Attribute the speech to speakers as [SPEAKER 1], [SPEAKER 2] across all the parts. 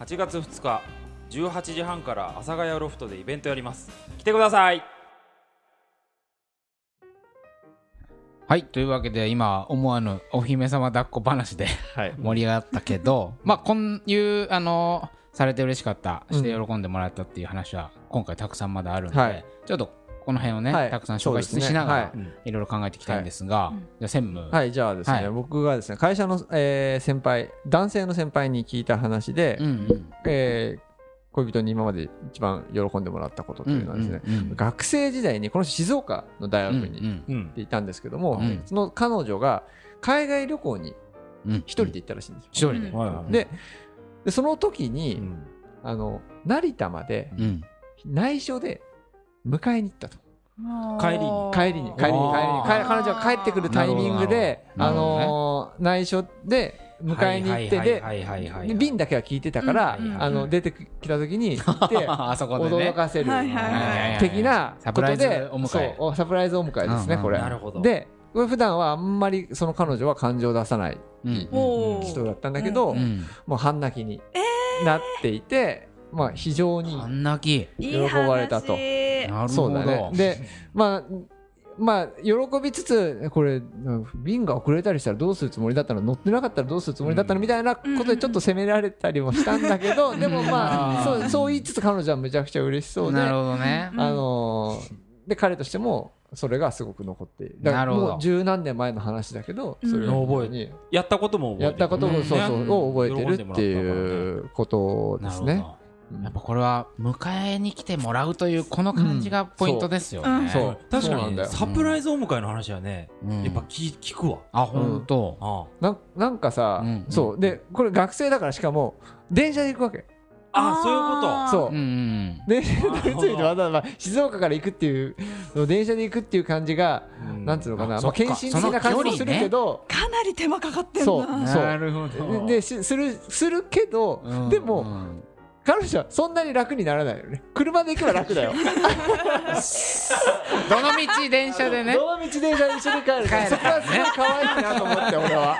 [SPEAKER 1] 8月2日18時半から阿佐ヶ谷ロフトでイベントやります来てください
[SPEAKER 2] はいというわけで今思わぬお姫様抱っこ話で
[SPEAKER 3] はい
[SPEAKER 2] 盛り上がったけどまあこういうあのされて嬉しかったして喜んでもらったっていう話は今回たくさんまだあるんで、
[SPEAKER 3] はい
[SPEAKER 2] ちょっとこの辺をね、
[SPEAKER 3] はい
[SPEAKER 2] たくさん紹介し
[SPEAKER 3] そうですね
[SPEAKER 2] しながら、
[SPEAKER 3] はいいうん
[SPEAKER 2] ろいろ考えていきたいんですが、じゃあ専務、
[SPEAKER 3] はいじゃあですね、
[SPEAKER 2] はい
[SPEAKER 3] 僕がですね会社の、えー先輩男性の先輩に聞いた話で、
[SPEAKER 2] うんうん
[SPEAKER 3] えー恋人に今まで一番喜んでもらったことというのはですね、
[SPEAKER 2] うんうんうん
[SPEAKER 3] 学生時代にこの人静岡の大学に行
[SPEAKER 2] ん
[SPEAKER 1] うん
[SPEAKER 3] っていたんですけども、
[SPEAKER 2] うん
[SPEAKER 3] その彼女が海外旅行に
[SPEAKER 2] うんうん
[SPEAKER 3] 一人で行ったらしいんですよ。
[SPEAKER 2] 一人で、
[SPEAKER 1] はいはい
[SPEAKER 3] ででその時に、
[SPEAKER 1] うん
[SPEAKER 3] あの成田まで
[SPEAKER 2] うん
[SPEAKER 3] 内緒で迎えに行ったと
[SPEAKER 1] 帰りに
[SPEAKER 3] 帰りに帰りに帰りに帰
[SPEAKER 2] あー
[SPEAKER 3] 彼女が帰ってくるタイミングで、
[SPEAKER 2] な
[SPEAKER 3] あ
[SPEAKER 2] るほどなるほ
[SPEAKER 3] のー内緒で迎えに行ってで
[SPEAKER 2] はいはいはいはいはいはい
[SPEAKER 3] で瓶だけは聞いてたから、
[SPEAKER 2] うん
[SPEAKER 3] あの出てきた時に行って
[SPEAKER 2] あ そこでね
[SPEAKER 3] 驚かせる
[SPEAKER 4] はいはいはい
[SPEAKER 3] 的な
[SPEAKER 2] サ
[SPEAKER 3] こ
[SPEAKER 2] プラ
[SPEAKER 3] と
[SPEAKER 2] イズ
[SPEAKER 3] で
[SPEAKER 2] お迎え
[SPEAKER 3] そうサプライズお迎えですね、
[SPEAKER 2] うんうん
[SPEAKER 3] これ。
[SPEAKER 1] なるほど
[SPEAKER 3] でこれ普段はあんまりその彼女は感情を出さない
[SPEAKER 2] うん
[SPEAKER 4] お
[SPEAKER 3] 人
[SPEAKER 4] ー
[SPEAKER 3] だったんだけど、
[SPEAKER 4] う
[SPEAKER 2] うん
[SPEAKER 3] もう半泣きになっていて、まあ非常に
[SPEAKER 2] あんなき
[SPEAKER 4] い
[SPEAKER 3] 喜
[SPEAKER 4] い
[SPEAKER 3] ばれたと
[SPEAKER 4] 話
[SPEAKER 2] なる
[SPEAKER 3] そ
[SPEAKER 2] ほ
[SPEAKER 3] う
[SPEAKER 2] ど
[SPEAKER 3] だね。で、まあ、まあ、喜びつつ、これ、瓶が遅れたりしたらどうするつもりだったの乗ってなかったらどうするつもりだったのみたいなことでちょっと責められたりもしたんだ けど、でもまあ、
[SPEAKER 2] う
[SPEAKER 3] そ
[SPEAKER 2] ん
[SPEAKER 3] うそう言いつつ彼女はめちゃくちゃ嬉しそうで、
[SPEAKER 2] なる
[SPEAKER 3] あ
[SPEAKER 2] ほどね
[SPEAKER 4] うん
[SPEAKER 3] のー、で、彼としても、それがすごく残っている。だか
[SPEAKER 2] なる
[SPEAKER 3] ら
[SPEAKER 2] ほど
[SPEAKER 3] もう十何年前の話だけど、それ
[SPEAKER 1] う
[SPEAKER 3] を
[SPEAKER 1] ん覚え
[SPEAKER 3] に
[SPEAKER 1] やったことも覚え
[SPEAKER 3] やったことも、そうそう、
[SPEAKER 2] うん
[SPEAKER 3] を覚えてるっていうことですね。うん
[SPEAKER 2] やっぱこれは迎えに来てもらうというこの感じがポイントですよ
[SPEAKER 4] う
[SPEAKER 2] ね。
[SPEAKER 4] ん
[SPEAKER 3] そう
[SPEAKER 1] 確
[SPEAKER 3] そう
[SPEAKER 1] か
[SPEAKER 3] な
[SPEAKER 1] に
[SPEAKER 3] んだ
[SPEAKER 1] ね
[SPEAKER 3] よ
[SPEAKER 1] サプライズお迎えの話はね
[SPEAKER 2] うん
[SPEAKER 1] やっぱ聞聞くわ
[SPEAKER 2] あ本当。
[SPEAKER 1] あ
[SPEAKER 3] なんなんかさ、
[SPEAKER 2] うん
[SPEAKER 3] そうでこれ学生だからしかも電車で行くわけ
[SPEAKER 1] あそういうこと
[SPEAKER 4] あー
[SPEAKER 3] そう
[SPEAKER 2] うんうん
[SPEAKER 3] 電車で乗り継いでわ ざわざ静岡から行くっていうその電車で行くっていう感じが、
[SPEAKER 1] うん
[SPEAKER 3] なんつうのかな、
[SPEAKER 2] あ
[SPEAKER 3] ま
[SPEAKER 2] そ
[SPEAKER 3] あ、
[SPEAKER 2] っか
[SPEAKER 3] 献身的な感じもするけど、
[SPEAKER 4] かなり手間かかってん
[SPEAKER 3] そう
[SPEAKER 4] な
[SPEAKER 3] そう
[SPEAKER 2] なるほど。
[SPEAKER 3] でしするするけど、
[SPEAKER 2] うん
[SPEAKER 3] でも、彼女はそんなに楽にならないよね車で行けば楽だよ
[SPEAKER 2] どの道電車 でね。
[SPEAKER 3] どの道電車で一緒に帰るから
[SPEAKER 2] 帰
[SPEAKER 3] そ
[SPEAKER 2] る
[SPEAKER 3] こはすごい可愛いなと思って俺は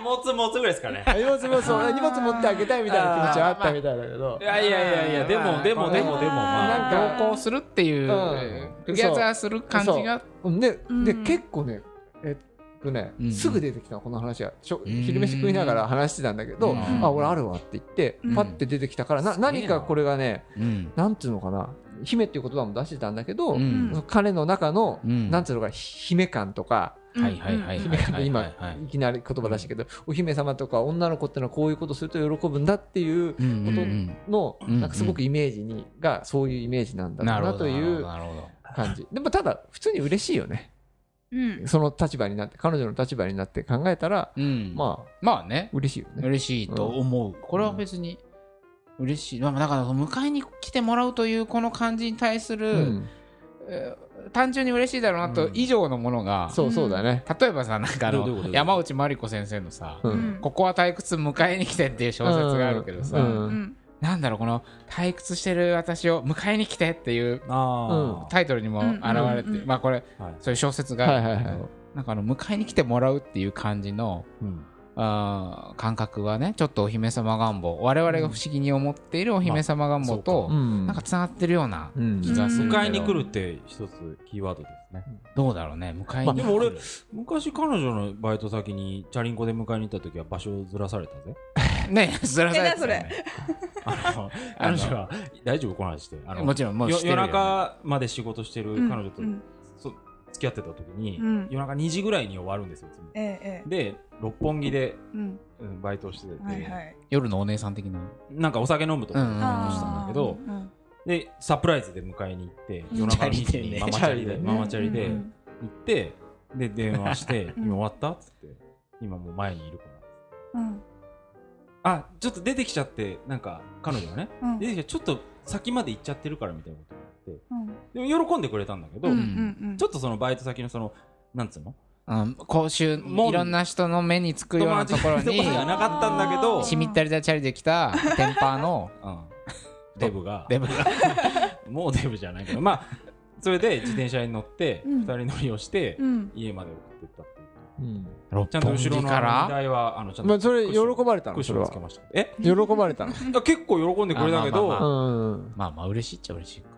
[SPEAKER 1] 荷物持つぐらいですかね
[SPEAKER 3] 荷物もそう荷物持ってあげたいみたいな気持ちはあったみたいだけど
[SPEAKER 1] いやいやいやいやで
[SPEAKER 2] ま
[SPEAKER 1] も
[SPEAKER 2] あ
[SPEAKER 1] でもでもでもま
[SPEAKER 3] な
[SPEAKER 1] あ
[SPEAKER 3] んか
[SPEAKER 2] 同行するっていう
[SPEAKER 3] うん
[SPEAKER 2] トゥギャザーする感じが。
[SPEAKER 3] うんで
[SPEAKER 4] うん
[SPEAKER 3] で結構ねえっとね、
[SPEAKER 2] うん
[SPEAKER 3] すぐ出てきたのこの話がしょ
[SPEAKER 2] ん
[SPEAKER 3] 昼飯食いながら話してたんだけど、
[SPEAKER 2] うん
[SPEAKER 3] あ俺あるわって言って、
[SPEAKER 4] うん
[SPEAKER 3] パッて出てきたからな
[SPEAKER 1] げえ
[SPEAKER 3] 何
[SPEAKER 1] な
[SPEAKER 3] かこれがね
[SPEAKER 2] うん
[SPEAKER 3] なんていうのかな姫っていう言葉も出してたんだけど、
[SPEAKER 2] うん
[SPEAKER 3] その彼の中の、
[SPEAKER 2] うん
[SPEAKER 3] なんていうのか姫感とか
[SPEAKER 2] はいはいはい
[SPEAKER 4] うん
[SPEAKER 3] 姫感って今、
[SPEAKER 2] はいいはいはい
[SPEAKER 3] きなり言葉出したけど、お姫様とか女の子ってのはこういうことすると喜ぶんだっていう
[SPEAKER 2] うんうん
[SPEAKER 3] の、
[SPEAKER 2] うん
[SPEAKER 3] なんかすごくイメージにがそういうイメージなん
[SPEAKER 2] う
[SPEAKER 3] だ
[SPEAKER 2] ん。
[SPEAKER 3] ろ
[SPEAKER 2] な
[SPEAKER 3] う
[SPEAKER 2] る
[SPEAKER 3] な
[SPEAKER 2] ほど
[SPEAKER 3] という
[SPEAKER 2] なるほど。
[SPEAKER 3] 感じでもただ普通に嬉しいよね
[SPEAKER 4] うん
[SPEAKER 3] その立場になって彼女の立場になって考えたら、
[SPEAKER 2] うん。まあ
[SPEAKER 3] まあ
[SPEAKER 2] まあね。
[SPEAKER 3] 嬉しいよね。
[SPEAKER 2] 嬉しいと思う、これは別に嬉しい、まあ、だから迎えに来てもらうというこの感じに対する、
[SPEAKER 3] うん、
[SPEAKER 2] えー単純に嬉しいだろうなと以上のものが、
[SPEAKER 3] そうそうだね。
[SPEAKER 2] 例えばさなんかあ
[SPEAKER 1] どういうことどういうこ
[SPEAKER 2] の
[SPEAKER 1] と
[SPEAKER 2] 山内真理子先生のさ
[SPEAKER 3] う
[SPEAKER 4] うん
[SPEAKER 2] 「
[SPEAKER 4] ん
[SPEAKER 2] ここは退屈迎えに来て」っていう小説があるけどさ、
[SPEAKER 3] うん
[SPEAKER 4] うん
[SPEAKER 2] なんだろうこの「退屈してる私を迎えに来て」っていう
[SPEAKER 1] あ
[SPEAKER 2] タイトルにも現れて、
[SPEAKER 4] うんうんうん
[SPEAKER 2] まあこれ
[SPEAKER 1] あはい
[SPEAKER 2] そういう小説があるんだけど、
[SPEAKER 3] はいはいは
[SPEAKER 2] なんかあの迎えに来てもらうっていう感じの
[SPEAKER 1] うん
[SPEAKER 2] あー感覚はねちょっとお姫様願望我々が不思議に思っているお姫様願望と、
[SPEAKER 3] うん
[SPEAKER 2] なんかつながってるような
[SPEAKER 3] うん
[SPEAKER 2] 気がするけど、
[SPEAKER 1] 迎えに来るって一つキーワードですね
[SPEAKER 2] どうだろうね迎えに来る、
[SPEAKER 3] まあ
[SPEAKER 1] でも俺昔彼女のバイト先にチャリンコで迎えに行った時は場所をずらされたぜ
[SPEAKER 2] ねずらされてたよね
[SPEAKER 1] あの
[SPEAKER 2] あ
[SPEAKER 1] 彼
[SPEAKER 2] の
[SPEAKER 1] 女は大丈夫この話してあの
[SPEAKER 2] もちろんもう
[SPEAKER 1] よ
[SPEAKER 2] してる
[SPEAKER 1] 夜
[SPEAKER 2] よ
[SPEAKER 1] 中まで仕事してる彼女と
[SPEAKER 4] うん
[SPEAKER 1] そ付き合ってた時に
[SPEAKER 4] うん
[SPEAKER 1] 夜中2時ぐらいに終わるんですよいつも
[SPEAKER 4] ええええ
[SPEAKER 1] で六本木で
[SPEAKER 4] うん
[SPEAKER 1] うんバイトしてて
[SPEAKER 4] はいはい
[SPEAKER 2] 夜のお姉さん的な
[SPEAKER 1] なんかお酒飲むと
[SPEAKER 2] うんうん
[SPEAKER 1] か
[SPEAKER 2] あー
[SPEAKER 1] したんだけど
[SPEAKER 4] うん
[SPEAKER 1] でサプライズで迎えに行って
[SPEAKER 4] ん
[SPEAKER 1] 夜中の2時
[SPEAKER 2] チャリでね
[SPEAKER 1] にママチャリで
[SPEAKER 3] チャリでね
[SPEAKER 1] ママチャリで
[SPEAKER 4] う
[SPEAKER 1] 行
[SPEAKER 4] ん
[SPEAKER 1] ってで電話して「
[SPEAKER 4] うん
[SPEAKER 1] 今終わった?」っつって「今もう前にいるから」
[SPEAKER 4] うん
[SPEAKER 1] あちょっと出てきちゃってなんか彼女がね
[SPEAKER 4] うん
[SPEAKER 1] 出てきてちょっと先まで行っちゃってるからみたいなこと言って
[SPEAKER 4] うん
[SPEAKER 1] でも喜んでくれたんだけど、
[SPEAKER 4] うんうんうん
[SPEAKER 1] ちょっとそのバイト先のそのなんつうの
[SPEAKER 2] うん、公衆
[SPEAKER 1] もう
[SPEAKER 2] いろんな人の目につくようなとこ
[SPEAKER 1] 友
[SPEAKER 2] ろ
[SPEAKER 1] 達
[SPEAKER 2] に
[SPEAKER 1] とかがなかったんだけど
[SPEAKER 4] あー
[SPEAKER 2] しみったりだチャリで来たテンパー の
[SPEAKER 1] うんデブが
[SPEAKER 2] デブが
[SPEAKER 1] もうデブじゃないけどまあそれで自転車に乗って
[SPEAKER 4] うん
[SPEAKER 1] 二人乗りをして
[SPEAKER 4] うん
[SPEAKER 1] 家まで送ってったっていう
[SPEAKER 3] うん
[SPEAKER 2] 六
[SPEAKER 1] ちゃんと
[SPEAKER 2] 本
[SPEAKER 1] 後
[SPEAKER 2] 木
[SPEAKER 1] ろの
[SPEAKER 2] か
[SPEAKER 1] 荷
[SPEAKER 2] ら
[SPEAKER 1] 台はあのちゃんと
[SPEAKER 3] まあそれ
[SPEAKER 1] クッション
[SPEAKER 3] 喜ばれたの
[SPEAKER 1] クッションをつけましたえ
[SPEAKER 3] 喜ばれたの
[SPEAKER 1] いや結構喜んでくれたけ
[SPEAKER 2] あまあ
[SPEAKER 1] ど
[SPEAKER 3] うん
[SPEAKER 2] まあまあ嬉しいっちゃ嬉しいか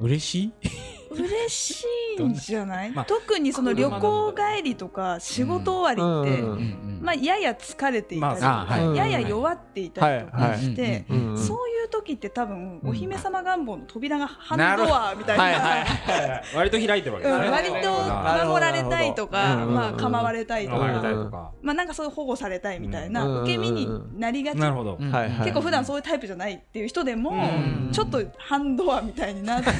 [SPEAKER 2] 嬉しい
[SPEAKER 4] 嬉しいんじゃない、
[SPEAKER 1] まあ
[SPEAKER 4] 特にその旅行帰りとか仕事終わりって、
[SPEAKER 3] うん
[SPEAKER 4] まあ、やや疲れていたり、
[SPEAKER 1] ま
[SPEAKER 2] あはい
[SPEAKER 4] やや弱っていたりとかして、
[SPEAKER 2] はいはい
[SPEAKER 3] うんうん
[SPEAKER 4] そういう時って多分、
[SPEAKER 3] うん
[SPEAKER 4] お姫様願望の扉が半
[SPEAKER 2] なるほ
[SPEAKER 4] ド
[SPEAKER 2] ど
[SPEAKER 4] アみたいな。
[SPEAKER 1] 割と開いてるわけ
[SPEAKER 4] う
[SPEAKER 1] です
[SPEAKER 4] ん
[SPEAKER 1] ね
[SPEAKER 4] 割と守られたいと
[SPEAKER 3] なる
[SPEAKER 4] か、
[SPEAKER 3] ほど
[SPEAKER 4] まあ、
[SPEAKER 3] うん
[SPEAKER 4] 構われたいと
[SPEAKER 1] 守られた
[SPEAKER 4] か、
[SPEAKER 1] りとか
[SPEAKER 4] まあ、なんかそういう保護されたいみたいな、
[SPEAKER 3] うん
[SPEAKER 4] 受け身になりがち、
[SPEAKER 1] なるほど
[SPEAKER 2] うん
[SPEAKER 3] はいはい
[SPEAKER 4] 結構普段そういうタイプじゃないっていう人でも、
[SPEAKER 2] うん
[SPEAKER 4] ちょっと半ドアみたいになってて、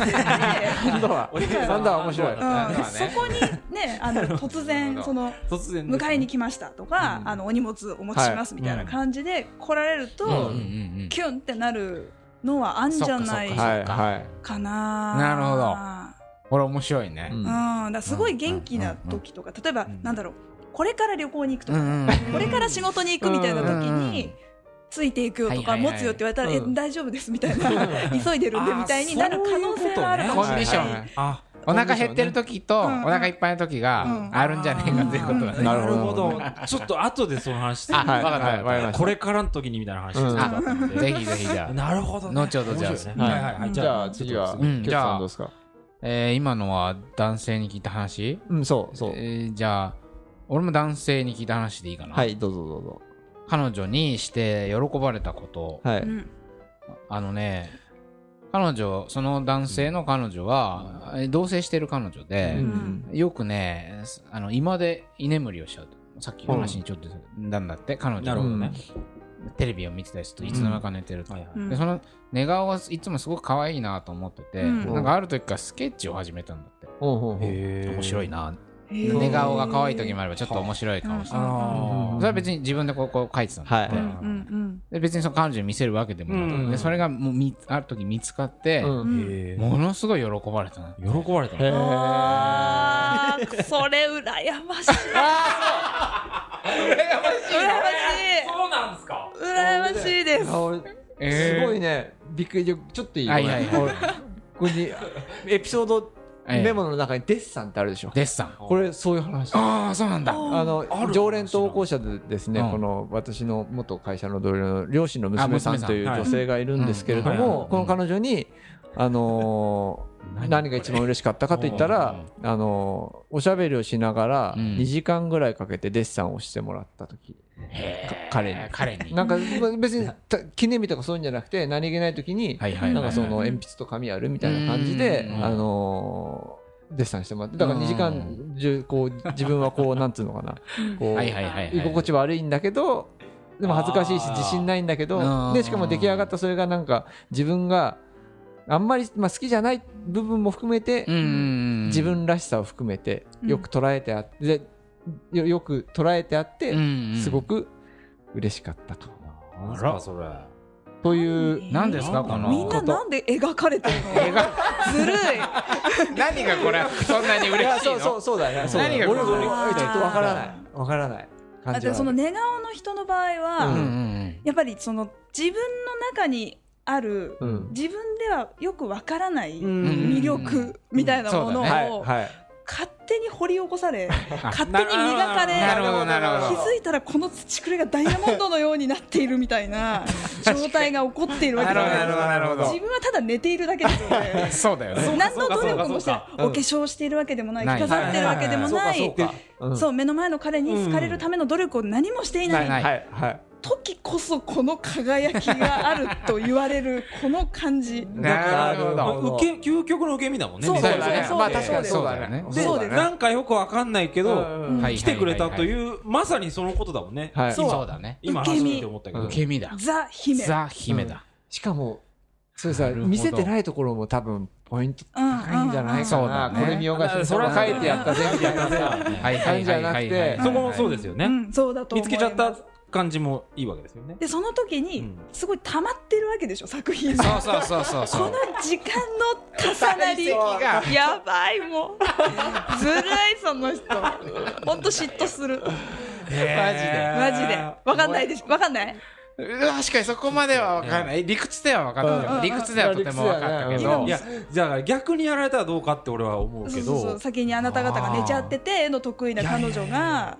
[SPEAKER 3] 今度 は
[SPEAKER 1] おじいさん
[SPEAKER 3] 今度は面白い
[SPEAKER 1] うん
[SPEAKER 4] うんそこにね、あの突然、その
[SPEAKER 1] 突然です
[SPEAKER 4] 迎えに来ましたとか、あのお荷物お持ちしますみたいな感じで来られると
[SPEAKER 3] う、
[SPEAKER 2] ん
[SPEAKER 4] キュンってなるのはあんじゃない
[SPEAKER 2] そっかそっ
[SPEAKER 3] はいはい
[SPEAKER 4] かな。
[SPEAKER 2] なるほこれ面白いね
[SPEAKER 3] うん
[SPEAKER 4] うん、だからすごい元気な時とか、例えば、
[SPEAKER 1] ん
[SPEAKER 4] なんだろう、これから旅行に行くと
[SPEAKER 2] う
[SPEAKER 4] か、
[SPEAKER 2] ん
[SPEAKER 4] これから仕事に行くみたいな時に、
[SPEAKER 2] うん
[SPEAKER 4] ついていくよとか、
[SPEAKER 2] はいはいはい
[SPEAKER 4] 持つよって言われたら、
[SPEAKER 3] うん
[SPEAKER 4] え大丈夫ですみたい な急いでるんでみたいになる可能性はあるかも
[SPEAKER 2] コ
[SPEAKER 4] し
[SPEAKER 2] ンデ
[SPEAKER 4] れない
[SPEAKER 2] ィション
[SPEAKER 1] あ
[SPEAKER 2] お腹減ってる時とお腹いっぱいの時があるんじゃないかということだね
[SPEAKER 1] な
[SPEAKER 3] なる
[SPEAKER 1] る
[SPEAKER 3] ほ
[SPEAKER 1] ほ
[SPEAKER 3] ど
[SPEAKER 1] どちょっと後でその話して
[SPEAKER 2] あ
[SPEAKER 3] はい
[SPEAKER 2] わかった
[SPEAKER 3] はいわかりました
[SPEAKER 1] これからの時にみたいな話してたか ったんで
[SPEAKER 2] ぜひぜひじゃあ
[SPEAKER 1] なるほどね
[SPEAKER 2] 後ほどじ
[SPEAKER 1] 面白
[SPEAKER 2] ゃあ
[SPEAKER 1] いですね
[SPEAKER 3] はい
[SPEAKER 1] はいはいはい
[SPEAKER 3] じゃあ次は
[SPEAKER 1] ちょっと
[SPEAKER 2] うん
[SPEAKER 3] キョウさんどうですか
[SPEAKER 2] えー今のは男性に聞いた話
[SPEAKER 3] うんそうそう
[SPEAKER 2] えーじゃあ俺も男性に聞いた話でいいかな、
[SPEAKER 3] はいどうぞどうぞ
[SPEAKER 2] 彼女にして喜ばれたこと、
[SPEAKER 3] は
[SPEAKER 4] う
[SPEAKER 3] い
[SPEAKER 4] ん
[SPEAKER 2] あのね彼女その男性の彼女は、えー同棲してる彼女
[SPEAKER 3] う
[SPEAKER 2] で、
[SPEAKER 3] ん
[SPEAKER 2] よくねすあの居間で居眠りをしちゃうとさっきの話にちょっとなんだって彼
[SPEAKER 1] な
[SPEAKER 2] 女
[SPEAKER 1] るほ
[SPEAKER 2] が
[SPEAKER 1] どね
[SPEAKER 2] テレビを見てたりするといつの間にか寝てると、
[SPEAKER 1] はいはい
[SPEAKER 4] うん
[SPEAKER 2] でその寝顔はいつもすごく可愛いなと思ってて、
[SPEAKER 4] うん
[SPEAKER 2] なんかある時からスケッチを始めたんだって、
[SPEAKER 3] ほうほうほう
[SPEAKER 1] へー
[SPEAKER 2] 面白いな
[SPEAKER 4] へー
[SPEAKER 2] 寝顔が可愛い時もあればちょっと面白い顔して
[SPEAKER 4] うん
[SPEAKER 1] あ
[SPEAKER 2] それは別に自分でこうこう書いてたんで,、
[SPEAKER 3] はい
[SPEAKER 4] うんうん
[SPEAKER 2] で別にその彼女に見せるわけでもなく、
[SPEAKER 1] うん
[SPEAKER 2] でそれがもうみある時見つかって、
[SPEAKER 3] う
[SPEAKER 4] うんんうん
[SPEAKER 1] へ
[SPEAKER 2] ものすごい喜ばれたの
[SPEAKER 1] ー喜ばれた
[SPEAKER 3] へ
[SPEAKER 1] の
[SPEAKER 3] ー
[SPEAKER 4] あーそれ羨ましい羨
[SPEAKER 1] そうなんですか
[SPEAKER 4] ましい羨ましいです
[SPEAKER 3] あ俺すごいねびっくりでちょっといい
[SPEAKER 2] はいはいはい
[SPEAKER 3] 俺これにエピソードメモの中にデッサンってあるでしょ
[SPEAKER 2] デッサン
[SPEAKER 3] これそういう話
[SPEAKER 2] ああそうなんだ
[SPEAKER 3] あの
[SPEAKER 1] ある
[SPEAKER 3] 常連投稿者でですね、
[SPEAKER 2] うん
[SPEAKER 3] この私の元会社の同僚の両親の娘さ
[SPEAKER 2] あ娘
[SPEAKER 3] ん
[SPEAKER 2] さん
[SPEAKER 3] という女性がいるんですけれど
[SPEAKER 1] はい
[SPEAKER 3] も、
[SPEAKER 1] うん
[SPEAKER 3] この彼女に、あのー何が一番嬉しかったかと言ったら、あのーおしゃべりをしながら
[SPEAKER 2] うん
[SPEAKER 3] 2時間ぐらいかけてデッサンをしてもらった時、
[SPEAKER 2] へー
[SPEAKER 3] 彼に
[SPEAKER 2] 彼に
[SPEAKER 3] なんかまあ別にた記念日とかそういうんじゃなくて何気ない時に、
[SPEAKER 2] はいはいはいはい
[SPEAKER 3] なんかその鉛筆と紙あるみたいな感じで、
[SPEAKER 2] うん
[SPEAKER 3] あのーデッサンしてもらってだから2時間中こう自分はこう なんつうのかなこう
[SPEAKER 2] はいはいはいはい
[SPEAKER 3] 居心地悪いんだけどでも恥ずかしいし
[SPEAKER 1] あー
[SPEAKER 3] 自信ないんだけ
[SPEAKER 2] う
[SPEAKER 3] ど
[SPEAKER 2] ん
[SPEAKER 3] でしかも出来上がったそれがなんか自分があんまり、まあ、好きじゃない部分も含めて、
[SPEAKER 2] うんうんうん
[SPEAKER 3] 自分らしさを含めて
[SPEAKER 4] うん
[SPEAKER 3] よく捉えてあって、でよよく捉えてあって、
[SPEAKER 2] うんうん
[SPEAKER 3] すごく嬉しかったと。
[SPEAKER 1] なんすかそれ
[SPEAKER 3] という
[SPEAKER 2] 何ですかこの
[SPEAKER 4] みんななんで描かれてるのずるい
[SPEAKER 2] 何がこれそんなに
[SPEAKER 3] いや
[SPEAKER 2] 嬉しい
[SPEAKER 3] そうそう
[SPEAKER 2] の
[SPEAKER 3] そうだね。そうだね
[SPEAKER 2] 何が
[SPEAKER 3] 俺も
[SPEAKER 2] これ
[SPEAKER 3] 俺もちょっとわからないわからない
[SPEAKER 4] だ
[SPEAKER 3] 感
[SPEAKER 4] っ
[SPEAKER 3] じ
[SPEAKER 4] て
[SPEAKER 3] は
[SPEAKER 4] その寝顔の人の場合は、
[SPEAKER 2] うんうん
[SPEAKER 4] やっぱりその自分の中にある、
[SPEAKER 3] うん
[SPEAKER 4] 自分ではよくわからない
[SPEAKER 2] うんうん
[SPEAKER 4] 魅力みたいなもの
[SPEAKER 2] うんそうだ
[SPEAKER 3] はい
[SPEAKER 4] を
[SPEAKER 3] はい
[SPEAKER 4] 勝手に掘り起こされ勝手に磨か
[SPEAKER 2] なる
[SPEAKER 4] れ
[SPEAKER 2] ほどなるほ
[SPEAKER 4] 気
[SPEAKER 2] ど
[SPEAKER 4] づいたらこの土くれがダイヤモンドのようになっているみたいな状態が起こっているわけじゃない
[SPEAKER 2] なるほどなるほどなるほど
[SPEAKER 4] 自分はただ寝ているだけですよね
[SPEAKER 2] そうだよね
[SPEAKER 4] 何の努力もして
[SPEAKER 1] そうかそう
[SPEAKER 4] ない
[SPEAKER 1] かそう
[SPEAKER 4] お化粧しているわけでもない
[SPEAKER 2] ない
[SPEAKER 4] 飾ってるわけでもな
[SPEAKER 3] そう
[SPEAKER 4] い
[SPEAKER 3] かそうか。
[SPEAKER 4] そう目の前の彼に好かれるための努力を何もしていない
[SPEAKER 2] な
[SPEAKER 3] うん
[SPEAKER 2] い
[SPEAKER 3] はいはい。
[SPEAKER 4] 時こそこの輝きがあると言われるこの感じ
[SPEAKER 2] なるほ
[SPEAKER 3] な
[SPEAKER 2] ど
[SPEAKER 3] るほど
[SPEAKER 1] 受け究極の受け身だもんね
[SPEAKER 4] そう
[SPEAKER 1] み
[SPEAKER 4] そ
[SPEAKER 1] た
[SPEAKER 4] う
[SPEAKER 1] いなね
[SPEAKER 4] そう
[SPEAKER 3] まあ確かにそうだ
[SPEAKER 2] そうだ
[SPEAKER 3] ね
[SPEAKER 2] ね。
[SPEAKER 1] で
[SPEAKER 4] そうです
[SPEAKER 1] なんかよくわかんないけど
[SPEAKER 3] うん
[SPEAKER 2] はい
[SPEAKER 1] 来てくれたというまさにそのことだもんね
[SPEAKER 3] はい
[SPEAKER 2] そうだね
[SPEAKER 1] 今
[SPEAKER 4] 受け
[SPEAKER 1] 初
[SPEAKER 4] 身
[SPEAKER 1] めて思ったけど
[SPEAKER 2] 受け身だ
[SPEAKER 4] ザ・姫
[SPEAKER 2] ザ姫だ
[SPEAKER 3] しかもそれさ
[SPEAKER 2] なるほど
[SPEAKER 3] 見せてないところも多分ポイント高
[SPEAKER 4] 高
[SPEAKER 3] いんじゃない
[SPEAKER 2] そ
[SPEAKER 3] か
[SPEAKER 2] うだ
[SPEAKER 3] な
[SPEAKER 2] ね
[SPEAKER 3] これ見よがしに
[SPEAKER 1] そ
[SPEAKER 3] そ
[SPEAKER 1] り
[SPEAKER 3] れ
[SPEAKER 1] ゃ
[SPEAKER 3] 書いてやったぜみたいな
[SPEAKER 2] はいはいはいはいはいはい
[SPEAKER 3] 感じじゃなくて
[SPEAKER 1] そこもそうですよね
[SPEAKER 4] うん、そうだと
[SPEAKER 1] 見
[SPEAKER 4] 思
[SPEAKER 1] つ
[SPEAKER 4] い
[SPEAKER 1] け
[SPEAKER 4] ます
[SPEAKER 1] ちゃった感じもいいわけですよね
[SPEAKER 4] でその時
[SPEAKER 1] う
[SPEAKER 4] に
[SPEAKER 1] ん
[SPEAKER 4] すごい溜まってるわけでしょ作品が
[SPEAKER 2] そうそうそうそう
[SPEAKER 4] こ
[SPEAKER 2] そ
[SPEAKER 4] の
[SPEAKER 2] う
[SPEAKER 4] 時間の重なり
[SPEAKER 2] が
[SPEAKER 4] やばいもうずるいその人本当嫉妬する
[SPEAKER 2] マジで
[SPEAKER 4] マジでわかんないでしょわかんない
[SPEAKER 2] 確かにそこまでは分からない理屈では分かったよ
[SPEAKER 4] うん
[SPEAKER 2] 理屈ではとても分かったけ
[SPEAKER 4] 今
[SPEAKER 2] ど
[SPEAKER 4] も
[SPEAKER 1] いやじゃあ逆にやられたらどうかって俺は思うけ
[SPEAKER 4] そう
[SPEAKER 1] ど
[SPEAKER 4] そうそう先にあなた方が寝ちゃってての得意な彼女が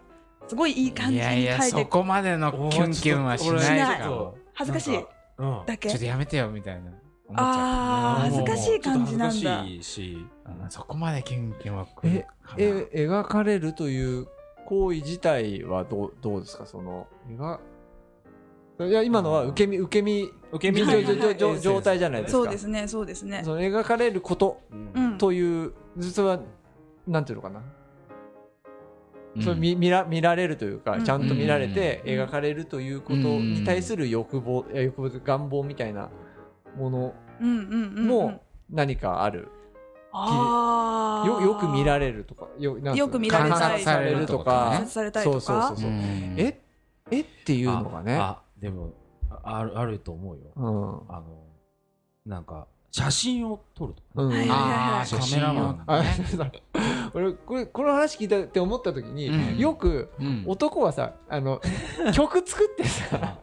[SPEAKER 4] すごいいい感じ
[SPEAKER 2] い
[SPEAKER 4] に
[SPEAKER 2] や
[SPEAKER 4] 書い
[SPEAKER 2] いやそ
[SPEAKER 4] て
[SPEAKER 2] こまでのキュンキュンはしないかも
[SPEAKER 4] 恥ずかし
[SPEAKER 1] なん
[SPEAKER 4] い
[SPEAKER 1] うん
[SPEAKER 4] だけ
[SPEAKER 2] ちょっとやめてよみたいな思っち
[SPEAKER 4] あー
[SPEAKER 2] ゃう
[SPEAKER 4] 恥ずかしい感じなんだ
[SPEAKER 1] ちょっと恥ずかしいし
[SPEAKER 2] うんそこまでキュンキュンは来るかな
[SPEAKER 3] え描かれるという行為自体はどうどうですかその描いや今のは受け身受け身
[SPEAKER 1] 受け
[SPEAKER 3] じ
[SPEAKER 1] 身
[SPEAKER 3] ょ
[SPEAKER 4] はいは い
[SPEAKER 3] じょじょじょ状態じゃないですか
[SPEAKER 4] そうですねそうですね
[SPEAKER 3] その描かれること
[SPEAKER 4] うん
[SPEAKER 3] という実はなんていうのかな、
[SPEAKER 2] うん
[SPEAKER 3] それ見見ら見られるというか、
[SPEAKER 4] うん
[SPEAKER 3] ちゃんと見られて
[SPEAKER 4] うん
[SPEAKER 3] 描かれるということに対する欲望、いや欲望願望みたいなもの
[SPEAKER 4] うんうんうんうん
[SPEAKER 3] も何かある、
[SPEAKER 4] あー
[SPEAKER 3] よよく見られるとかよなんていうの
[SPEAKER 4] よく見られたい
[SPEAKER 3] 観察されると
[SPEAKER 2] 観
[SPEAKER 3] か
[SPEAKER 4] 察されたりとか
[SPEAKER 3] そうそうそう、
[SPEAKER 2] うん
[SPEAKER 3] ええっていうのがね
[SPEAKER 1] ああでもああるあると思うよ
[SPEAKER 3] うんうん
[SPEAKER 1] あのなんか写真を撮るとか
[SPEAKER 4] はいはい
[SPEAKER 2] あー
[SPEAKER 1] カ
[SPEAKER 2] カ
[SPEAKER 1] メ
[SPEAKER 2] メ
[SPEAKER 1] ラ
[SPEAKER 2] ラ
[SPEAKER 1] マ
[SPEAKER 2] マ
[SPEAKER 1] ン
[SPEAKER 2] ン
[SPEAKER 3] あそうだ俺これこの話聞いたって思った時に、
[SPEAKER 2] うん
[SPEAKER 3] よく
[SPEAKER 2] うん
[SPEAKER 3] 男はさあの曲作ってさ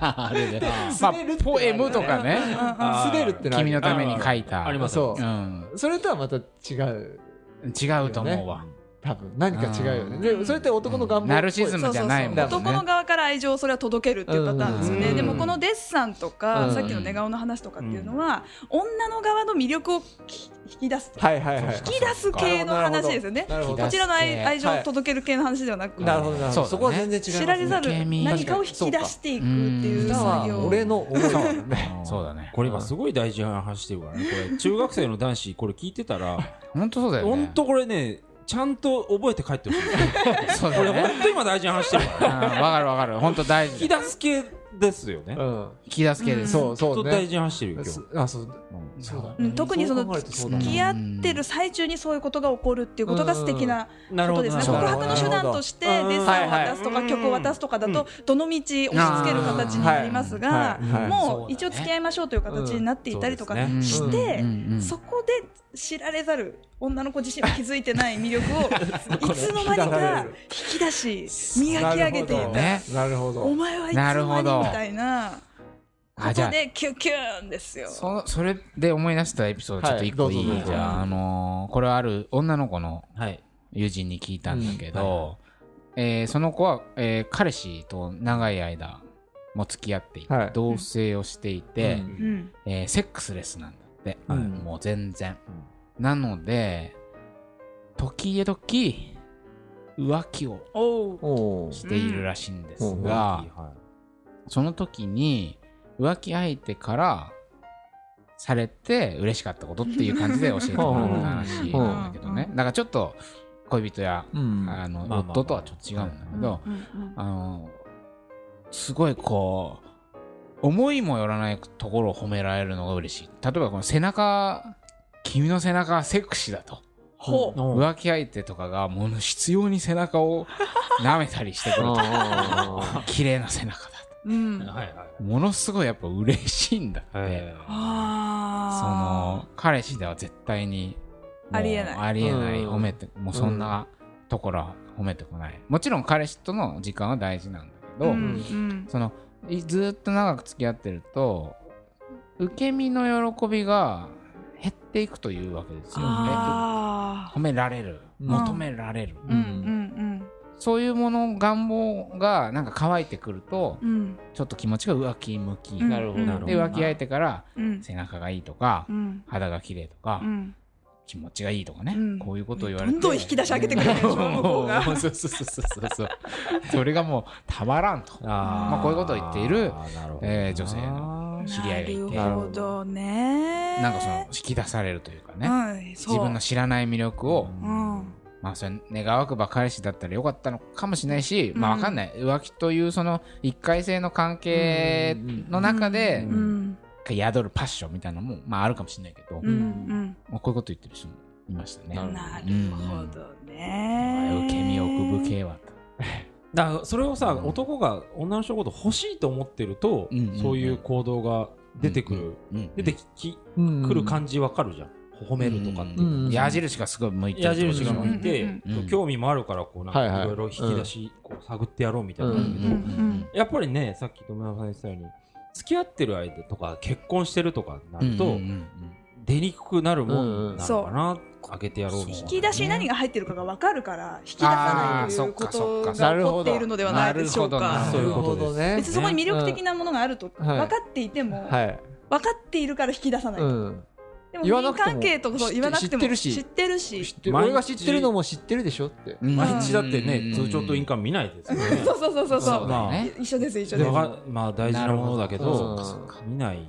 [SPEAKER 2] あれねま
[SPEAKER 3] 擦
[SPEAKER 2] あ
[SPEAKER 3] れるって
[SPEAKER 2] ポエムとかね
[SPEAKER 4] うんうんうん
[SPEAKER 1] あー
[SPEAKER 3] 滑るってのはある
[SPEAKER 2] 君のために書いた
[SPEAKER 1] あります
[SPEAKER 3] そ
[SPEAKER 2] うん
[SPEAKER 3] それとはまた違う
[SPEAKER 2] 違うと思うわ
[SPEAKER 3] 多分何か違うよね
[SPEAKER 2] うん
[SPEAKER 3] でそれって男の願望っぽい
[SPEAKER 2] ナルシズムじゃないもんね
[SPEAKER 3] そうそうそう
[SPEAKER 4] 男の側から愛情をそれは届けるっていうパターンですよね、
[SPEAKER 1] うん
[SPEAKER 4] でもこのデッサンとか、
[SPEAKER 3] うん
[SPEAKER 4] さっきの寝顔の話とかっていうのは、女の側の魅力をき引き出すと
[SPEAKER 3] はいはいはい
[SPEAKER 4] 引き出す系の話ですよね
[SPEAKER 3] なるほど
[SPEAKER 4] こちらの
[SPEAKER 2] は
[SPEAKER 4] 愛
[SPEAKER 2] い
[SPEAKER 4] 愛情を届ける系の話ではなく、
[SPEAKER 3] なるほどなるほ
[SPEAKER 2] そう
[SPEAKER 3] ど
[SPEAKER 2] だね
[SPEAKER 3] そこは全然違う
[SPEAKER 4] 知られざる
[SPEAKER 2] 受け身
[SPEAKER 4] 何かを引き出していくっていう
[SPEAKER 2] る
[SPEAKER 3] 歌
[SPEAKER 4] 作
[SPEAKER 3] は
[SPEAKER 4] 業
[SPEAKER 3] 俺の思いだもんね
[SPEAKER 1] うん
[SPEAKER 2] そうだね
[SPEAKER 1] これ今すごい大事な話してるからねこれ中学生の男子これ聞いてたら
[SPEAKER 2] 本当そうだよね
[SPEAKER 1] 本当これねちゃんと覚えて帰ってほしい
[SPEAKER 2] そう
[SPEAKER 1] こ
[SPEAKER 2] だ
[SPEAKER 1] れ
[SPEAKER 2] ね
[SPEAKER 1] 本当今大事な話してるから
[SPEAKER 2] うん
[SPEAKER 1] ね
[SPEAKER 2] わかるわかる本当大
[SPEAKER 1] 引き
[SPEAKER 2] 事
[SPEAKER 1] 出す系ですよね
[SPEAKER 3] うん
[SPEAKER 2] 引き出す系です
[SPEAKER 3] そう
[SPEAKER 1] ちょっ
[SPEAKER 3] そ
[SPEAKER 1] と
[SPEAKER 3] う
[SPEAKER 1] 大
[SPEAKER 3] ね
[SPEAKER 1] 事な話してるよ今日
[SPEAKER 3] すあそう
[SPEAKER 2] うん
[SPEAKER 3] そうだね
[SPEAKER 4] うん特にその
[SPEAKER 3] そう考えるとそうだ
[SPEAKER 4] 付
[SPEAKER 3] ね
[SPEAKER 4] き合ってる最中にそういうことが起こるっていうことが素敵な
[SPEAKER 1] な
[SPEAKER 4] ことですね
[SPEAKER 3] ほ
[SPEAKER 4] 告
[SPEAKER 3] ど
[SPEAKER 4] 白の手段としてデ
[SPEAKER 3] なるほど
[SPEAKER 4] ッサンを渡
[SPEAKER 1] は
[SPEAKER 4] すと
[SPEAKER 1] い
[SPEAKER 4] か
[SPEAKER 1] はい
[SPEAKER 4] 曲を渡すとかだとどの道押し付ける形になりますが
[SPEAKER 3] はいはい
[SPEAKER 4] も
[SPEAKER 2] そうだね
[SPEAKER 4] う一応付き合いましょうという形になっていたりとか
[SPEAKER 1] うんそうですね
[SPEAKER 2] う
[SPEAKER 4] して
[SPEAKER 2] んうんうん
[SPEAKER 4] そこで知られざる女の子自身は気づいてない魅 力をいつの間にか引き出し磨き上げてい
[SPEAKER 3] なるほど
[SPEAKER 4] た
[SPEAKER 2] ね
[SPEAKER 3] なるほ
[SPEAKER 4] お
[SPEAKER 3] ど
[SPEAKER 4] 前はいつ
[SPEAKER 2] なる
[SPEAKER 4] の間
[SPEAKER 2] ほ
[SPEAKER 4] に
[SPEAKER 2] ど
[SPEAKER 4] みたいなこ
[SPEAKER 2] あじゃ
[SPEAKER 4] と
[SPEAKER 2] あ
[SPEAKER 4] でキュキュンですよ。
[SPEAKER 2] そそれで思い出したエピソードちょっと一
[SPEAKER 3] は
[SPEAKER 2] 個
[SPEAKER 3] い
[SPEAKER 2] い
[SPEAKER 3] どうぞどう
[SPEAKER 2] い
[SPEAKER 3] ぞ
[SPEAKER 2] じゃああのーこれはある女の子の
[SPEAKER 1] はい
[SPEAKER 2] 友人に聞いたんだけどえーその子はえー彼氏と長い間もう付き合っていて
[SPEAKER 3] はい
[SPEAKER 2] 同棲をしていて
[SPEAKER 3] うん
[SPEAKER 4] うん
[SPEAKER 2] えーセックスレスなんだって
[SPEAKER 3] うん
[SPEAKER 2] もう全然なので時々浮気を
[SPEAKER 4] おう
[SPEAKER 3] おー
[SPEAKER 2] しているらしいんです
[SPEAKER 3] うん
[SPEAKER 2] が
[SPEAKER 1] は
[SPEAKER 2] その時に浮気相手からされて嬉しかったことっていう感じで教えてもらった話なんだけどね
[SPEAKER 4] うん
[SPEAKER 2] だからちょっと恋人や
[SPEAKER 3] うん
[SPEAKER 1] ま
[SPEAKER 2] あ
[SPEAKER 1] あまあ
[SPEAKER 2] の
[SPEAKER 1] まあ
[SPEAKER 2] 夫とはちょっと違うんだけど
[SPEAKER 4] うんうん
[SPEAKER 2] あのすごいこう思いもよらないところを褒められるのが嬉しい例えばこの背中君の背中はセクシーだと
[SPEAKER 4] ほう
[SPEAKER 1] うん
[SPEAKER 2] 浮気相手とかがもの必要に背中を舐めたりしてくると綺麗な背中だ
[SPEAKER 4] うん
[SPEAKER 1] はいはい
[SPEAKER 2] ものすごいやっぱ嬉しいんだってそ
[SPEAKER 4] あ
[SPEAKER 2] の彼氏では絶対にもう
[SPEAKER 4] ありえない
[SPEAKER 2] ありえない
[SPEAKER 3] うん
[SPEAKER 2] 褒めてもうそんなところは褒めてこないもちろん彼氏との時間は大事なんだけど、
[SPEAKER 4] うん
[SPEAKER 2] そのいずーっと長く付き合ってると受け身の喜びが減っていくというわけですよね
[SPEAKER 4] あ
[SPEAKER 2] 褒められる
[SPEAKER 3] うん
[SPEAKER 2] 求められる、
[SPEAKER 4] ーうんうん
[SPEAKER 2] そういうもの願望がなんか乾いてくると
[SPEAKER 4] うんうん
[SPEAKER 2] ちょっと気持ちが浮気向き、
[SPEAKER 4] なるほどなるほど
[SPEAKER 2] で浮気相手から
[SPEAKER 4] うん
[SPEAKER 2] 背中がいいとか、
[SPEAKER 4] うん
[SPEAKER 2] 肌が綺麗とか、
[SPEAKER 4] うん
[SPEAKER 2] 気持ちがいいとかね、
[SPEAKER 4] うん
[SPEAKER 2] こういうことを言わ
[SPEAKER 4] ど
[SPEAKER 2] れて
[SPEAKER 4] んどん引き出し上げてくるね向こうが
[SPEAKER 2] もうそうそうそうそうそうそれがもうたまらんと
[SPEAKER 1] あー
[SPEAKER 2] まあこういうことを言っている
[SPEAKER 1] あーなるほどな
[SPEAKER 2] えー女性の知り合いがいて
[SPEAKER 4] なるほどね
[SPEAKER 2] なんかその引き出されるというかね、
[SPEAKER 4] うんそう
[SPEAKER 2] 自分の知らない魅力を、
[SPEAKER 4] うん
[SPEAKER 2] まあそれ願わくば彼氏だったらよかったのかもしれないし、まあ
[SPEAKER 4] うん
[SPEAKER 2] わかんない浮気というその一回性の関係の中で
[SPEAKER 4] うんうん
[SPEAKER 2] 宿るパッションみたいなのもまああるかもしれないけど、
[SPEAKER 4] うんうん
[SPEAKER 2] まあこういうこと言ってる人もいましたね。
[SPEAKER 4] なるほどね
[SPEAKER 2] うん受け身奥深いわと
[SPEAKER 1] だからそれをさ、
[SPEAKER 2] うん
[SPEAKER 1] 男が女の人のこと欲しいと思ってると、
[SPEAKER 2] うんうんうん
[SPEAKER 1] そういう行動が出てくる、
[SPEAKER 2] うん
[SPEAKER 1] 出てき、
[SPEAKER 3] う ん
[SPEAKER 1] くる感じわかるじゃん、褒めるとかって
[SPEAKER 3] う
[SPEAKER 1] い
[SPEAKER 3] ん
[SPEAKER 1] う
[SPEAKER 3] うん
[SPEAKER 2] 矢印がすごい向いてる
[SPEAKER 1] 矢
[SPEAKER 2] ってことでし
[SPEAKER 1] 印
[SPEAKER 2] ょ
[SPEAKER 1] が向いて、
[SPEAKER 4] うん
[SPEAKER 2] うんうん
[SPEAKER 1] 興味もあるからこうなん
[SPEAKER 3] はいは
[SPEAKER 1] か
[SPEAKER 3] い
[SPEAKER 1] いろいろ引き出し、こう探ってやろうみたいな、
[SPEAKER 3] うん
[SPEAKER 4] うんうん
[SPEAKER 1] やっぱりねさっき富山さん言ってたように付き合ってる相手とか結婚してるとかになると、
[SPEAKER 2] うんうんうん
[SPEAKER 1] 出にくくなるもんなのかな、
[SPEAKER 4] そう
[SPEAKER 1] 開けてやろうみたい
[SPEAKER 4] 引
[SPEAKER 1] な
[SPEAKER 4] き出しに何が入ってるかが分かるから引き出さないというこ
[SPEAKER 2] あーそっ
[SPEAKER 4] と
[SPEAKER 2] かそ
[SPEAKER 4] が
[SPEAKER 2] っ
[SPEAKER 4] 起
[SPEAKER 3] か
[SPEAKER 4] こっているのではないでしょう
[SPEAKER 2] なる
[SPEAKER 4] か
[SPEAKER 2] ほどなるほど。そういう
[SPEAKER 1] ことです
[SPEAKER 3] ね
[SPEAKER 4] 別にそこに魅力的なものがあると
[SPEAKER 3] うん
[SPEAKER 4] 分かっていても、
[SPEAKER 3] はい。
[SPEAKER 4] 分かっているから引き出さない。
[SPEAKER 3] うん。
[SPEAKER 4] でも
[SPEAKER 3] 言わ
[SPEAKER 4] 不
[SPEAKER 3] な
[SPEAKER 4] 倫
[SPEAKER 3] くても
[SPEAKER 4] 関係とかそ
[SPEAKER 3] 知っ
[SPEAKER 4] う
[SPEAKER 3] て
[SPEAKER 4] 言わなくて
[SPEAKER 3] 知っ
[SPEAKER 4] も
[SPEAKER 3] てるし
[SPEAKER 4] 知ってるし
[SPEAKER 3] 知ってる
[SPEAKER 1] 毎日
[SPEAKER 3] 俺が知ってるのも知ってるでしょって。
[SPEAKER 2] うん
[SPEAKER 1] 毎日だってね通帳と印
[SPEAKER 2] 鑑
[SPEAKER 1] 鑑見ないですよね
[SPEAKER 4] そうそうそうそうそう、
[SPEAKER 1] まあ
[SPEAKER 2] ね
[SPEAKER 4] 一緒です一緒
[SPEAKER 1] で
[SPEAKER 4] で
[SPEAKER 1] わ
[SPEAKER 4] す。
[SPEAKER 1] かまあ大事なものだけど
[SPEAKER 3] なるほどそうか
[SPEAKER 1] 見ない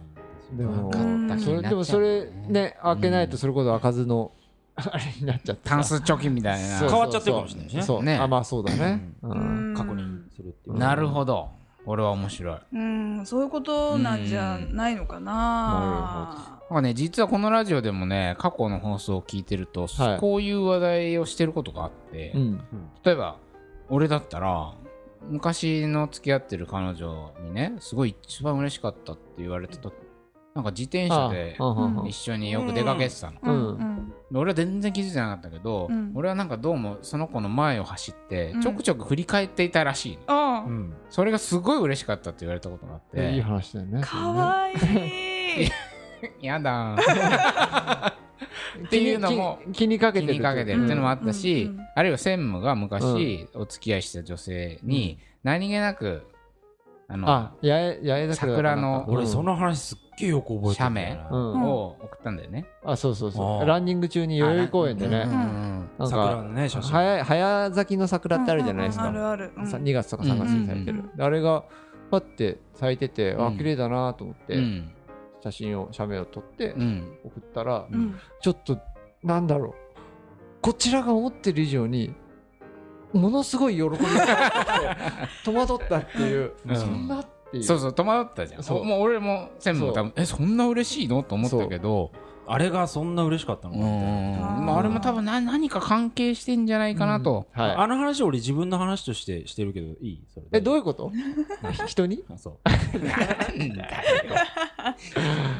[SPEAKER 3] でも
[SPEAKER 4] う、ん
[SPEAKER 3] それでもそれね、開けないとそれこそ開かずの、あれになっちゃった。
[SPEAKER 2] タンス貯金みたいな
[SPEAKER 3] そう
[SPEAKER 1] 変わっちゃってるかもしれないしね
[SPEAKER 3] そう。
[SPEAKER 2] ね
[SPEAKER 3] あ、まあそうだね。う。
[SPEAKER 4] うんん
[SPEAKER 1] 確認するっていう
[SPEAKER 2] なるほどこれは面白い
[SPEAKER 4] うん、そういうことなんじゃないのかな。
[SPEAKER 2] なんかね実はこのラジオでもね過去の放送を聞いてると、
[SPEAKER 3] はい
[SPEAKER 2] こういう話題をしてることがあって、
[SPEAKER 3] うん。
[SPEAKER 2] 例えば俺だったら昔の付き合ってる彼女にねすごい一番嬉しかったって言われた時なんか自転車で
[SPEAKER 3] ああああ
[SPEAKER 2] 一緒によく出かけてたの、
[SPEAKER 3] うん
[SPEAKER 2] で俺は全然気づいてなかったけど、
[SPEAKER 4] うん
[SPEAKER 2] 俺はなんかどうもその子の前を走って
[SPEAKER 4] うん
[SPEAKER 2] ちょくちょく振り返っていたらしいの、
[SPEAKER 4] あ
[SPEAKER 1] う、ん
[SPEAKER 2] それがすごい嬉しかったって言われたことがあっ
[SPEAKER 3] いい
[SPEAKER 2] て
[SPEAKER 3] 話だよね。
[SPEAKER 4] かわ いい。
[SPEAKER 2] やだーっていうのも
[SPEAKER 3] 気に気にかけ
[SPEAKER 2] 気
[SPEAKER 3] てる。
[SPEAKER 2] にかけてるっていうのもあったし、
[SPEAKER 4] うんうんうん
[SPEAKER 2] あるいは専務が昔お付き合いしてた女性に何気なくあの
[SPEAKER 3] あ、八重、八重だ
[SPEAKER 2] 桜の
[SPEAKER 1] 俺そ
[SPEAKER 3] の、
[SPEAKER 1] の話すっげえよく覚えてんだよな
[SPEAKER 3] うん。
[SPEAKER 2] を送ったんだよね。
[SPEAKER 3] あ、そうそうそ
[SPEAKER 1] あ
[SPEAKER 3] う。
[SPEAKER 1] ー
[SPEAKER 3] ランニング中に代々木公園で
[SPEAKER 2] う
[SPEAKER 3] ね、
[SPEAKER 2] ん
[SPEAKER 3] なん
[SPEAKER 1] 桜の
[SPEAKER 3] か、
[SPEAKER 1] ね写真
[SPEAKER 3] 早い早咲きの桜ってあるじゃないです
[SPEAKER 4] ある
[SPEAKER 3] か。
[SPEAKER 4] ある。うん
[SPEAKER 3] さ2月とか3月に咲いて
[SPEAKER 4] うん
[SPEAKER 3] る
[SPEAKER 4] う。
[SPEAKER 3] であれが、パッて咲いてて、
[SPEAKER 2] う
[SPEAKER 3] あ、
[SPEAKER 2] ん
[SPEAKER 3] 綺麗だなと思っ
[SPEAKER 2] う
[SPEAKER 3] て、
[SPEAKER 2] ん
[SPEAKER 3] 写真を、写メを撮って
[SPEAKER 2] う、ん
[SPEAKER 3] 送ったら
[SPEAKER 2] う、
[SPEAKER 4] うん
[SPEAKER 3] ちょっと、なんだろう。こちらが思ってる以上に、ものすごい喜びが 起きて戸惑ったっていう、
[SPEAKER 2] うん
[SPEAKER 3] そんなっていう。
[SPEAKER 2] そうそう戸惑ったじゃん
[SPEAKER 3] そう
[SPEAKER 2] もう俺も専務も多分えそんな嬉しいのと思ったけど
[SPEAKER 1] あれがそんな嬉しかったの
[SPEAKER 2] う
[SPEAKER 1] か
[SPEAKER 2] ん
[SPEAKER 1] みたいな
[SPEAKER 2] まあ俺も多分な何か関係してんじゃないかなと
[SPEAKER 3] はい。
[SPEAKER 1] あの話俺自分の話としてしてるけどいいそれ
[SPEAKER 3] えどうい
[SPEAKER 1] いう
[SPEAKER 3] こと 人に
[SPEAKER 1] うそう
[SPEAKER 2] なんだよ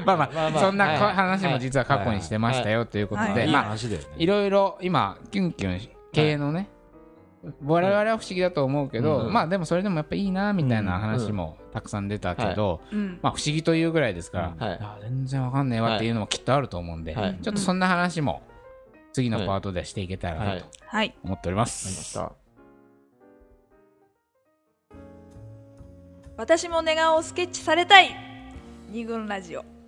[SPEAKER 2] まあ
[SPEAKER 3] ま
[SPEAKER 2] ま
[SPEAKER 3] あ
[SPEAKER 2] あ
[SPEAKER 3] まあ
[SPEAKER 2] そんな
[SPEAKER 3] はい
[SPEAKER 2] 話も実は過去にしてましたよということ
[SPEAKER 4] はい
[SPEAKER 2] で
[SPEAKER 1] いい
[SPEAKER 2] まあ
[SPEAKER 1] 話だよね
[SPEAKER 2] いろいろ今キュンキュン系のね、我々は不思議だと思うけど、
[SPEAKER 3] うん
[SPEAKER 2] まあでもそれでもやっぱいいなみたいな話もたくさん出たけど、
[SPEAKER 4] うん。
[SPEAKER 2] まあ不思議というぐらいですから、
[SPEAKER 3] はい
[SPEAKER 2] あ全然わかんねえわっていうのもきっとあると思うんで、
[SPEAKER 3] はい
[SPEAKER 2] ちょっとそんな話も次のパートでしていけたら
[SPEAKER 3] は
[SPEAKER 2] ないと
[SPEAKER 4] はい。
[SPEAKER 2] 思っておりま。
[SPEAKER 3] ありますした
[SPEAKER 4] 私も寝顔をスケッチされたい。二軍ラジオ。